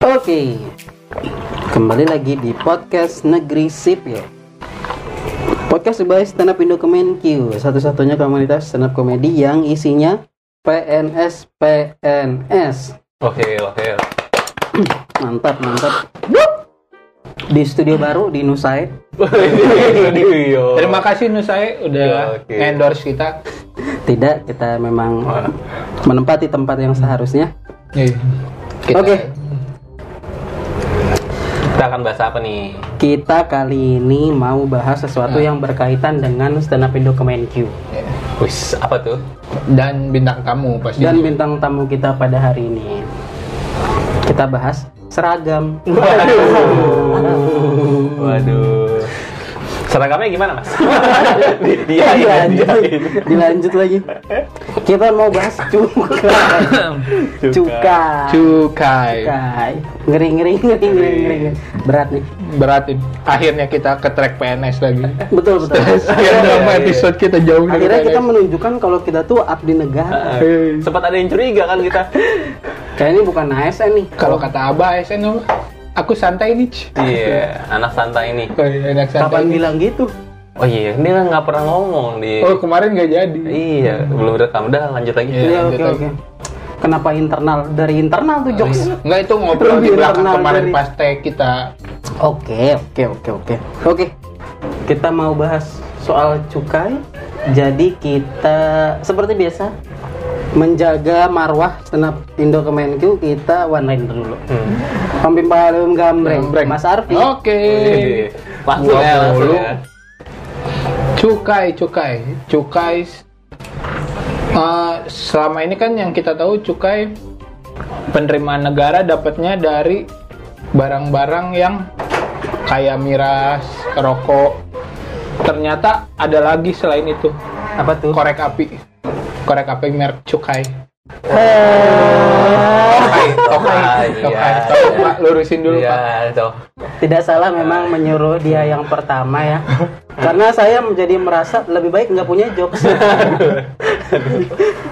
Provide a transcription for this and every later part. Oke, kembali lagi di podcast Negeri Sipil. Podcast by Stand Up Indo Kemenkyu, satu-satunya komunitas stand up komedi yang isinya PNS PNS. Oke, oke. Mantap, mantap. Di studio baru di Nusai. iya. Terima Terima kasih Iya, Nusai udah Oke. endorse kita. Tidak, kita memang menempati tempat yang seharusnya. Kita- Oke, Kita akan bahas apa nih? kita kali ini mau bahas sesuatu yang berkaitan dengan stand up Indo Kemenkyu. Wis, apa tuh? Dan bintang tamu pasti. dan bintang tamu kita pada hari ini kita bahas seragam Waduh. Uh. Waduh. Seragamnya gimana, Mas? Di- Iya, Dia ya, dilanjut, lagi. dilanjut lagi kita mau bahas cukai Cuka. cukai Cukai. cukai ngeri ngeri ngeri ngeri ngeri ngeri. berat nih Berarti akhirnya kita ke track PNS lagi. betul betul Sekian Iya, lama iya. episode kita jauh dari akhirnya kita PNS. menunjukkan kalau kita tuh abdi negara Hei. Sempat ada yang curiga kan kita. kayak ini bukan ASN nih Kalau kata Abah ASN apa? Aku santai nih. Ci. Iya, anak santai ini. Oh, iya, enak santai. kapan bilang gitu Oh iya, dia nggak pernah ngomong di. Oh kemarin nggak jadi. Iya, belum rekam. Udah lanjut lagi. Iya, Iya, oke lanjut oke kenapa internal dari internal tuh jokes Nggak itu ngobrol di Lebih belakang internal kemarin dari- pas tag kita. Oke, oke, oke, oke. Oke. Kita mau bahas soal cukai. Jadi kita seperti biasa menjaga marwah senap Indo Kemenkyu kita one liner dulu. Hmm. Pampim Palem Gambreng, Gambreng. Oh. Mas Arfi. Oke. Langsung ya, langsung ya. Cukai, cukai, cukai. Eh, selama ini kan yang kita tahu cukai penerimaan negara dapatnya dari barang-barang yang kayak miras, rokok. Ternyata ada lagi selain itu, Apa tuh? korek api. Korek api merek cukai. Tokai, tokai, Cukai. iya. Oh. Tolong, Pak, lurusin dulu, Iya, Pak. toh. Tidak salah memang menyuruh dia yang pertama ya. Karena saya menjadi merasa lebih baik nggak punya jokes.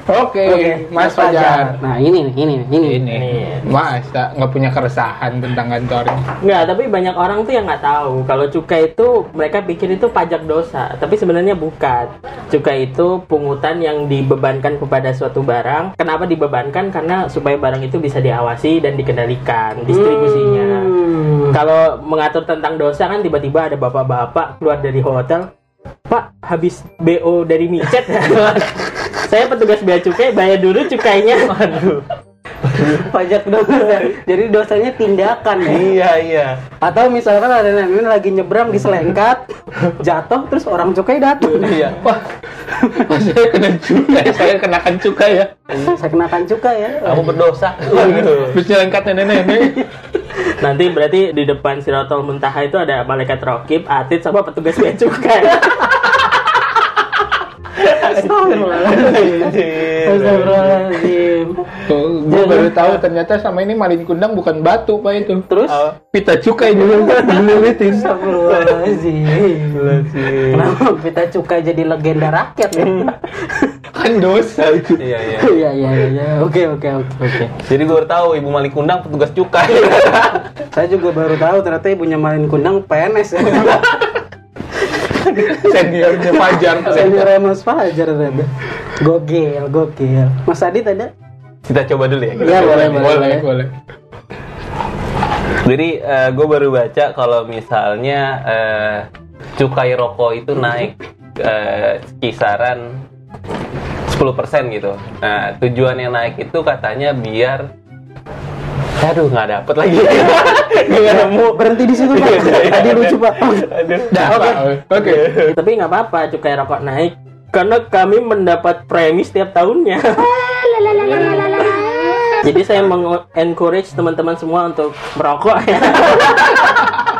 Oke, Mas Fajar. Nah, ini nih, ini nih, ini. nih. Ini, Mas tak- nggak punya keresahan tentang kantornya. Nggak, tapi banyak orang tuh yang nggak tahu kalau cukai itu mereka pikir itu pajak dosa, tapi sebenarnya bukan. Cukai itu pungutan yang dibebankan kepada suatu barang. Kenapa dibebankan? Karena supaya barang itu bisa diawasi dan dikendalikan distribusinya. Hmm. Kalau mengatur tentang dosa kan tiba-tiba ada bapak-bapak keluar dari hotel, Pak habis BO dari micet. Saya petugas bea cukai bayar dulu cukainya. Waduh. pajak dosa jadi dosanya tindakan ya Iya, iya. atau misalkan ada nenek lagi nyebrang diselengkat jatuh terus orang cukai datang Iya. Wah, Wah, saya kena cukai, saya kenakan cukai ya. saya kenakan cukai ya Kamu berdosa. Terus nyelengkat nenek-nenek. Nanti berarti di depan Sirotol Muntaha itu ada malaikat rokib, atit sama petugas bea cukai. Astagfirullahaladzim. Tuh, gue Jangan. baru tahu ternyata sama ini malin kundang bukan batu pak itu. Terus? Ah, pita cukai dulu dililitin. Astagfirullahaladzim. Kenapa kita cukai jadi legenda rakyat ya? kan dosa. Iya, iya. Iya iya iya. Oke oke oke oke. Jadi gue baru tahu Ibu Malik Kundang petugas cukai. Saya juga baru tahu ternyata ibunya Malin Kundang PNS ya. Seniornya Fajar. Senior Mas Fajar ternyata. Gokil gokil. Mas Adit ada? Kita coba dulu ya. Iya boleh boleh. boleh, boleh. boleh. Jadi gue baru baca kalau misalnya eh, cukai rokok itu naik eh, kisaran 10% gitu. Nah, tujuannya naik itu katanya biar Aduh, nggak dapet lagi. Nggak nemu. Berhenti di situ pak. Tadi lucu pak. Aduh. Dah, Pak. Oke. Tapi nggak apa-apa, cukai rokok naik. Karena kami mendapat premi setiap tahunnya. Jadi saya mengencourage teman-teman semua untuk merokok ya.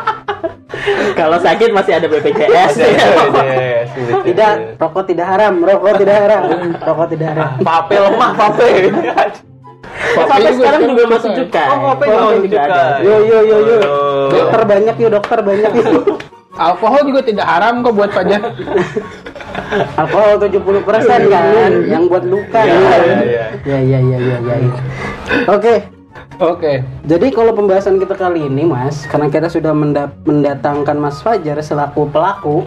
Kalau sakit masih ada iya, BPJS. Yes, yes, yes. Tidak, rokok tidak haram, rokok tidak haram, rokok tidak haram. Pape lemah, pape. Sampai sekarang juga masih cukai. Oh, pape Pape nggak juga cukai. ada. Yo yo yo yo. Aduh. Dokter banyak yuk, dokter banyak yuk. Alkohol juga tidak haram kok buat Fajar. Alkohol 70 kan, yang buat luka. Iya, ya. iya, iya. Ya ya ya ya ya. ya. Oke, Oke. Jadi kalau pembahasan kita kali ini Mas, karena kita sudah menda- mendatangkan Mas Fajar selaku pelaku.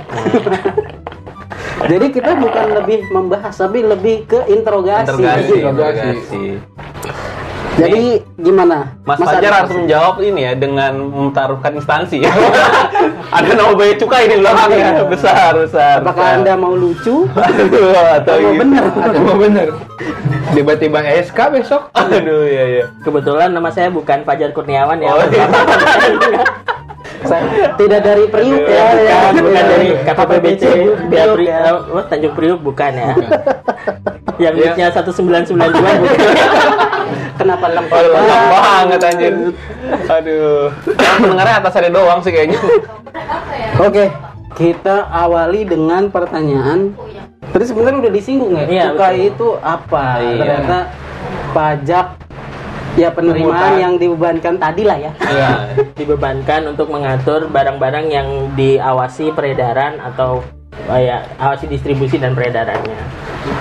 Jadi kita bukan lebih membahas tapi lebih ke interogasi. Interogasi, Interogasi. interogasi. Jadi gimana? Mas, Fajar Adit? harus menjawab ini ya dengan mentaruhkan instansi. Ada nama bea cukai di belakangnya besar besar. Apakah Anda mau lucu? Oh, Aduh, atau Atau gitu. bener? Ada mau bener. Tiba-tiba SK besok. Aduh ya ya. Kebetulan nama saya bukan Fajar Kurniawan ya. Oh, iya. Saya tidak dari Priuk ya. ya. Bukan, bukan dari KPPBC. Bea Priuk Pri- ya. oh, Tanjung Priuk bukan ya. Yang duitnya 1992 bukan. Kenapa lempar? Aduh, lengkap banget? banget anjir. Aduh. Yang pendengarnya atas ada doang sih kayaknya. Oke, kita awali dengan pertanyaan. Tadi sebenarnya udah disinggung ya, Iya, cukai betul. itu apa? Iya. Ternyata pajak ya penerimaan Pungutan. yang dibebankan tadi lah ya. Iya. dibebankan untuk mengatur barang-barang yang diawasi peredaran atau eh, ya, awasi distribusi dan peredarannya.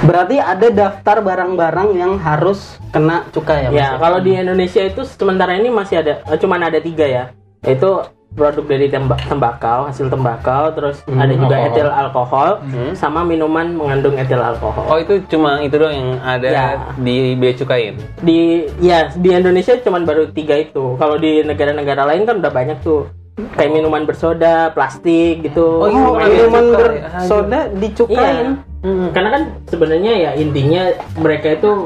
Berarti ada daftar barang-barang yang harus kena cukai ya. Mas? Ya, kalau di Indonesia itu sementara ini masih ada, eh, cuman ada tiga ya. Itu produk dari temba- tembakau, hasil tembakau, terus ada juga alkohol. etil alkohol, sama minuman mengandung etil alkohol. Oh itu cuma itu doang yang ada Ya. di bea cukai. Di ya di Indonesia cuman baru tiga itu. Kalau di negara-negara lain kan udah banyak tuh kayak minuman bersoda, plastik gitu. Oh, Minuman minuman dicukai. bersoda dicukain. Iya. Karena kan sebenarnya ya intinya mereka itu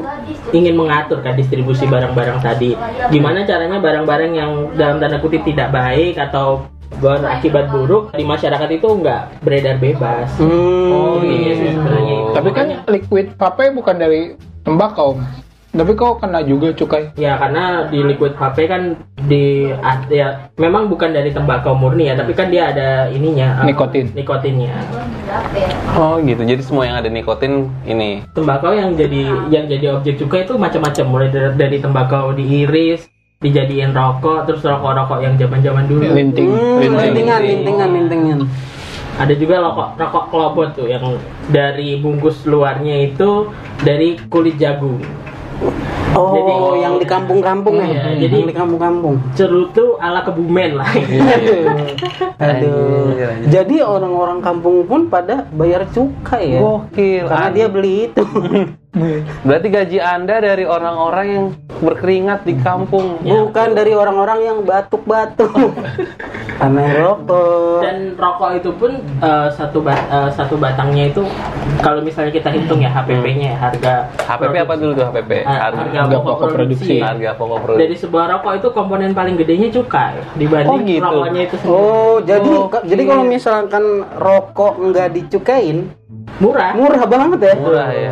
ingin mengatur kan distribusi barang-barang tadi. Gimana caranya barang-barang yang dalam tanda kutip tidak baik atau berakibat buruk di masyarakat itu nggak beredar bebas. Hmm. Oh iya sih sebenarnya itu. Tapi kan liquid vape bukan dari tembakau. Tapi kok kena juga cukai. Ya karena di liquid vape kan di ya memang bukan dari tembakau murni ya, tapi kan dia ada ininya eh, Nikotin. Nikotinnya. Oh gitu. Jadi semua yang ada nikotin ini. tembakau yang jadi yang jadi objek cukai itu macam-macam mulai dari, dari tembakau diiris dijadiin rokok terus rokok-rokok yang zaman-zaman dulu Hmm, Linting, Iya. linting. lintingan, lintingan, lintingan. ada juga rokok rokok kelobot tuh yang dari bungkus luarnya itu dari kulit jagung Oh, Jadi- yang di kampung-kampung ya. Iya, jadi jadi- Iya. di kampung-kampung. cerutu ala kebumen lah Aduh. Jadi orang-orang kampung pun pada bayar cukai ya. Gokil. Karena dia beli itu. Berarti gaji Anda dari orang-orang yang berkeringat di kampung. Ya. Bukan dari orang-orang yang batuk-batuk. Karena yang rokok. dan rokok itu pun eh, satu bat- eh, satu batangnya itu kalau misalnya kita hitung ya Hmm. HPP-nya ya, harga HPP apa dulu tuh Hmm. HPP? eh, harga, Ah, harga pokok pokok produksi. produksi, harga pokok produksi. dari sebuah rokok itu komponen paling gedenya cukai dibanding Oh, gitu. rokoknya itu sendiri. Oh, jadi Oke. jadi kalau misalkan rokok nggak dicukain, murah murah banget ya. Murah ya.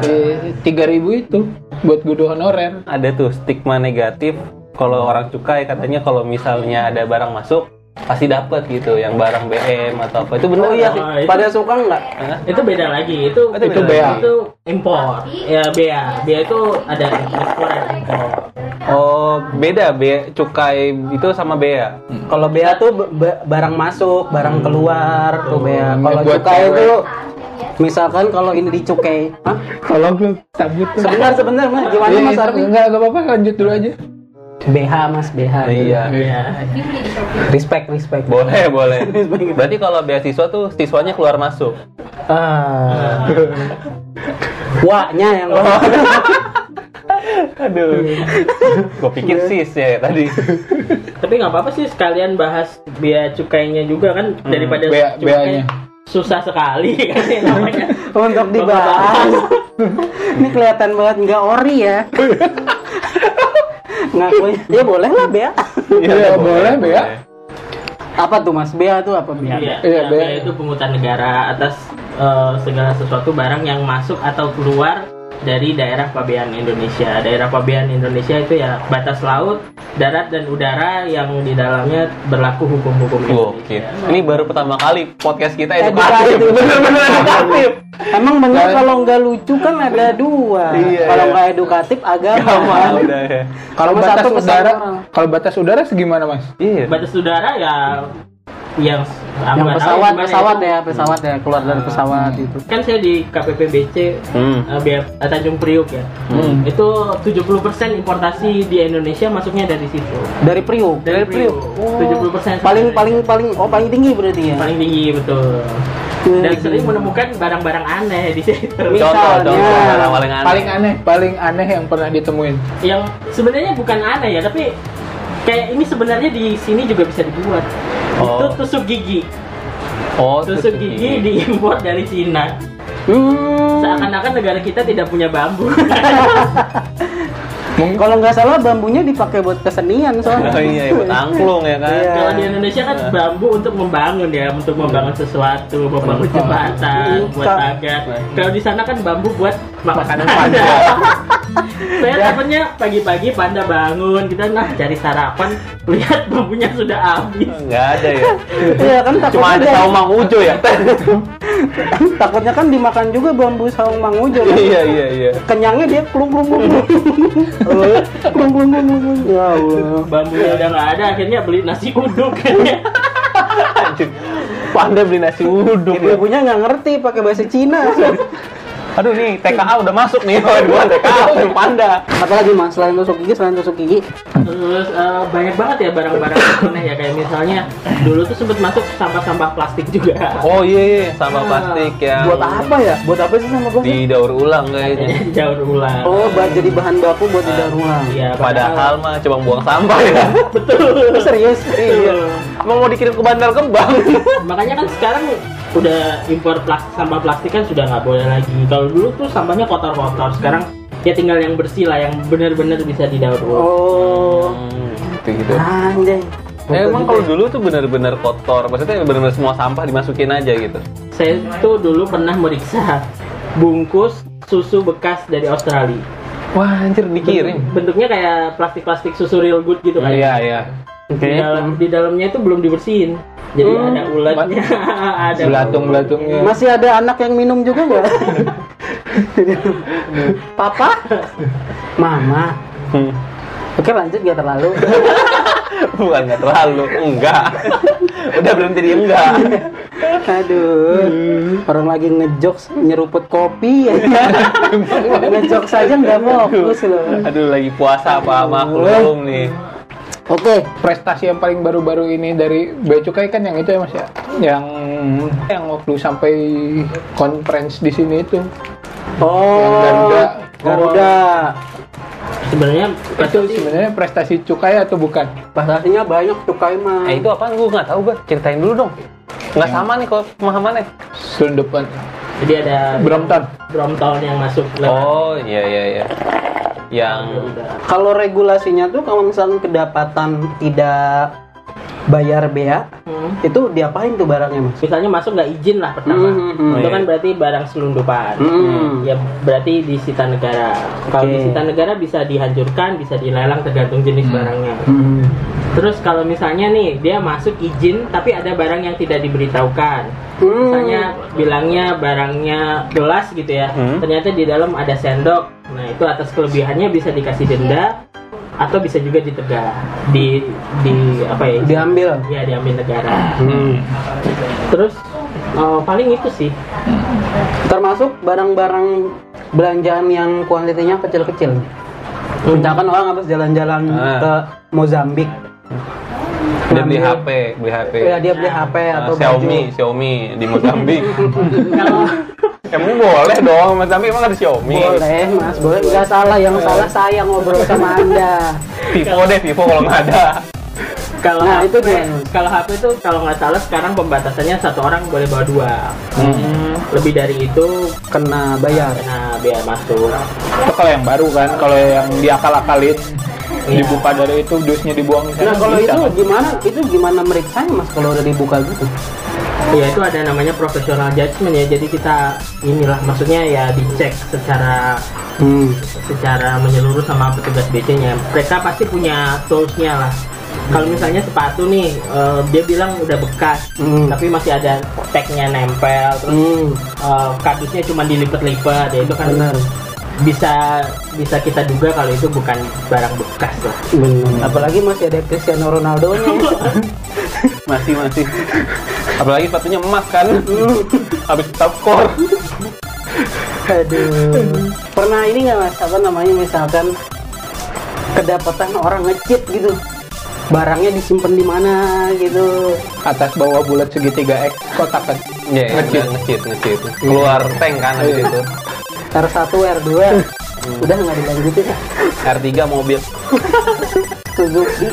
Tiga ribu itu buat guru honorer. Ada tuh stigma negatif kalau orang cukai katanya kalau misalnya ada barang masuk pasti dapat gitu yang barang BM atau apa itu benar Oh iya, ya? Nah, itu- pada suka nggak? itu beda lagi itu Itu beda lagi. itu impor ya bea bea itu ada ekspor ada impor Oh beda be cukai itu sama ya? bea. Kalau bea tuh be- be- barang masuk, barang keluar tuh bea. Kalau Hmm. Buat cukai cewek. itu misalkan kalau ini dicukai, Hah? Kalau lu cabut tuh. sebentar sebentar mas, gimana Iya, mas iya, Arfi? Enggak, enggak apa-apa, lanjut dulu aja. BH mas BH. Iya. ya Respect respect. Boleh boleh. Berarti kalau beasiswa tuh siswanya keluar masuk. Ah. Wahnya yang Oh. Aduh. Gue Iya. pikir sis ya tadi. tapi nggak apa-apa sih sekalian bahas bea cukainya juga kan Hmm. daripada bea- cukai beanya. susah sekali kan yang namanya untuk dibahas. Ini kelihatan banget nggak ori ya. Ngakuin. Ya boleh lah Bea. Iya, boleh, Bea. Apa tuh Mas? Bea tuh apa Bea? Iya, Iya, ya, bea. bea itu pungutan negara atas eh, segala sesuatu barang yang masuk atau keluar dari daerah pabean Indonesia. Daerah pabean Indonesia itu ya batas laut, darat dan udara yang di dalamnya berlaku hukum-hukum Oke. Indonesia. Ini baru pertama kali podcast kita Edukatif. edukatif. Eh, Bener-bener edukatif. Emang bener Dan- kalau nggak lucu kan ada dua. Iya, kalau iya. nggak edukatif agama. Sama udah ya. Kalau Cuma batas satu pesan udara, orang. kalau batas udara segimana, Mas? Iya. Batas udara ya yang aku yang nggak tahu pesawat gimana pesawat itu. ya pesawat ya keluar dari pesawat itu kan saya di KPPBC Hmm. eh, Bia- eh, Tanjung Priuk ya itu 70% importasi di Indonesia masuknya dari situ dari Priuk Dari Priuk. Oh. 70% paling paling paling oh paling tinggi berarti ya paling tinggi betul Hmm. dan sering menemukan barang-barang aneh di situ Contoh, contoh Misalnya, barang paling aneh. Paling aneh, paling aneh yang pernah ditemuin. yang sebenarnya bukan aneh ya tapi kayak ini sebenarnya di sini juga bisa dibuat Oh. itu tusuk gigi Oh, tusuk gigi diimpor dari Cina Hmm. seakan-akan negara kita tidak punya bambu Mungkin kalau nggak salah bambunya dipakai buat kesenian soalnya Oh iya, buat angklung ya kan. Iya. kalau di Indonesia kan bambu untuk membangun ya untuk membangun sesuatu membangun jembatan buat Ka- pagar kalau di sana kan bambu buat makanan panda. panda saya takutnya pagi-pagi panda bangun kita nah cari sarapan lihat bambunya sudah habis Enggak ada ya. Iya kan Cuma takutnya ada dari- saung Mang Ujo ya. takutnya kan dimakan juga bambu saung Mang Ujo kan? Iya, iya, iya. kenyangnya dia klung klung klung klung klung klung klung klung ya Allah bambunya udah nggak ada akhirnya beli nasi uduk Anjir. Panda beli nasi uduk. ya. ibunya nggak ngerti pakai bahasa Cina Aduh nih, TKA udah masuk nih. Oh, dua TKA udah panda. apa lagi mas selain tusuk gigi selain tusuk gigi terus eh, banyak banget ya barang-barang aneh ya kayak misalnya dulu tuh sempet masuk sampah-sampah plastik juga Oh iya, iya, sama plastik yang buat apa ya buat apa sih sama plastik didaur ulang kayaknya. jauh ulang oh buat jadi bahan baku buat Ah, didaur ulang Iya, Padahal mah cuma buang sampah ya. Oh, serius iya Betul. Emang mau dikirim ke Bandar Kembang. Makanya kan sekarang udah impor plastik, sampah plastik kan sudah nggak boleh lagi. Kalau dulu tuh sampahnya kotor-kotor. Sekarang ya tinggal yang bersih lah, yang benar-benar bisa didaur ulang. oh gitu gitu. anjay Eh, Ya, emang kalau dulu tuh benar-benar kotor, maksudnya benar-benar semua sampah dimasukin aja gitu. Saya tuh dulu pernah meriksa bungkus susu bekas dari Australia. Wah, anjir dikirim. Bentuknya kayak plastik-plastik susu real good gitu kan. Iya, iya. Di, dalam, di dalamnya itu belum dibersihin. Jadi ada ulatnya, ada belatung-belatungnya. masih ada anak yang minum juga nggak papa mama Hmm. oke lanjut nggak terlalu Bukan nggak terlalu, enggak. Udah berhenti di enggak. Aduh, orang lagi ngejokes nyeruput kopi ya. ngejokes aja nggak fokus loh. Aduh lagi puasa apa maklum nih. Oke, prestasi yang paling baru-baru ini dari Bea Cukai kan yang itu ya Mas ya. Yang yang waktu sampai conference di sini itu. Yang oh Garuda. Garuda, Sebenarnya Itu sebenarnya prestasi cukai atau bukan? bahasanya banyak tuh Kaiman. Eh itu apaan gue nggak tahu gue ceritain dulu dong. Nggak sama nih kalau pemahamannya. Sundepan. jadi ada Brompton. Brompton yang masuk lewat Oh iya iya iya. Yang Kalau regulasinya tuh kalau misalnya kedapatan tidak bayar bea, Hmm. itu diapain tuh barangnya mas? misalnya masuk nggak izin lah pertama Hmm, hmm, hmm. itu kan Iya. berarti barang selundupan Hmm. ya berarti disita negara Oke. kalau disita negara bisa dihancurkan bisa dilelang tergantung jenis barangnya Hmm. terus kalau misalnya nih dia masuk izin tapi ada barang yang tidak diberitahukan Hmm. misalnya bilangnya barangnya gelas gitu ya Hmm. ternyata di dalam ada sendok nah itu atas kelebihannya bisa dikasih denda atau bisa juga ditegah di di apa ya Diambil. ya diambil negara hmm. terus eh, paling itu sih Termasuk barang-barang belanjaan yang kuantitinya kecil-kecil. Misalkan orang habis jalan-jalan Ah. ke Mozambik, dia beli Ngambil- HP, beli HP. ya dia beli HP Ah, atau Xiaomi, Xiaomi di Mozambik. kalau Emang boleh dong, Mozambik emang ada Xiaomi. baju. Boleh mas, boleh. Nggak salah, yang salah saya ngobrol sama anda. Vivo deh, Vivo kalau nggak ada. kalau Nah, itu HP dia. kalau HP itu kalau nggak salah sekarang pembatasannya satu orang boleh bawa dua lebih dari itu Kena bayar. kena biaya masuk Itu kalau yang baru kan, kalau yang diakal-akalin dibuka dari itu dusnya dibuang ke sana, Nah kalau bisa itu kan? gimana? Itu gimana meriksanya mas kalau udah dibuka gitu? ya itu ada namanya professional judgment ya jadi kita inilah maksudnya ya dicek secara Hmm. secara menyeluruh sama petugas BC nya mereka pasti punya toolsnya lah kalau misalnya sepatu nih eh, dia bilang udah bekas Hmm. tapi masih ada tagnya nempel terus Hmm. eh, kardusnya cuma dilipat-lipat ya itu kan Benar. bisa bisa kita duga kalau itu bukan barang bekas lah. Benar. Apalagi masih ada Cristiano Ronaldo nya. masih masih apalagi sepatunya emas kan habis top core Aduh. Pernah ini nggak mas? Apa namanya misalkan kedapatan orang ngecit gitu. Barangnya disimpan di mana gitu. atas bawah bulat segitiga X kotak kan ya Nge-cheat. ngecit ngecit ngecit keluar tank kan habis itu R1, R2. Udah nggak dilanjutin ya. R3 mobil Suzuki.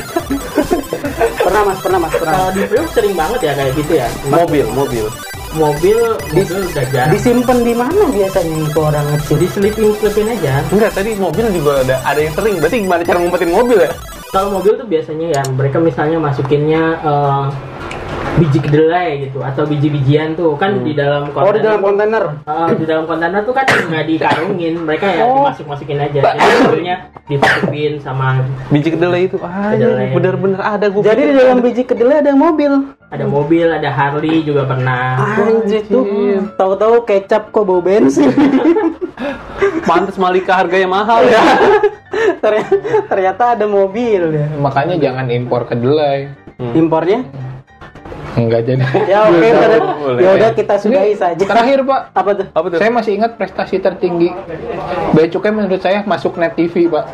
pernah mas, pernah mas, pernah. Kalau di film sering banget ya kayak gitu ya. mobil mobil Mobil mobil udah jarang. Disimpan di mana biasanya itu orang ngecit? Jadi selipin selipin aja. enggak tadi mobil juga ada ada yang sering berarti gimana cara ngumpetin mobil ya Kalau mobil tuh biasanya ya mereka misalnya masukinnya eh, biji kedelai gitu atau biji-bijian tuh kan di dalam Oh di dalam kontainer. Ah, di dalam kontainer tuh kan nggak dikarungin, mereka ya Oh. dimasuk-masukin aja. Jadi mobilnya dimasukin sama biji kedelai itu ah ya, Kedelai. bener-bener ada gua Jadi di pikir. dalam biji kedelai ada mobil. ada mobil, ada Harley juga pernah. Anjir tuh. Tahu-tahu kecap kok bau bensin. pantes Malika harganya mahal ya ternyata, ternyata ada mobil ya. makanya jangan impor kedelai Hmm. Impornya? nggak jadi Ya oke, ter- boleh. ya udah kita sudahi saja. terakhir pak Apa tuh? apa tuh saya masih ingat prestasi tertinggi Bea Cukai menurut saya masuk net TV pak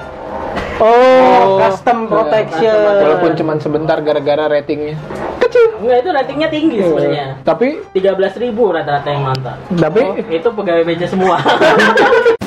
Oh, custom protection. walaupun cuma sebentar gara-gara ratingnya Enggak itu ratingnya tinggi sebenarnya. tapi 13.000 rata-rata yang nonton. tapi Itu pegawai meja semua.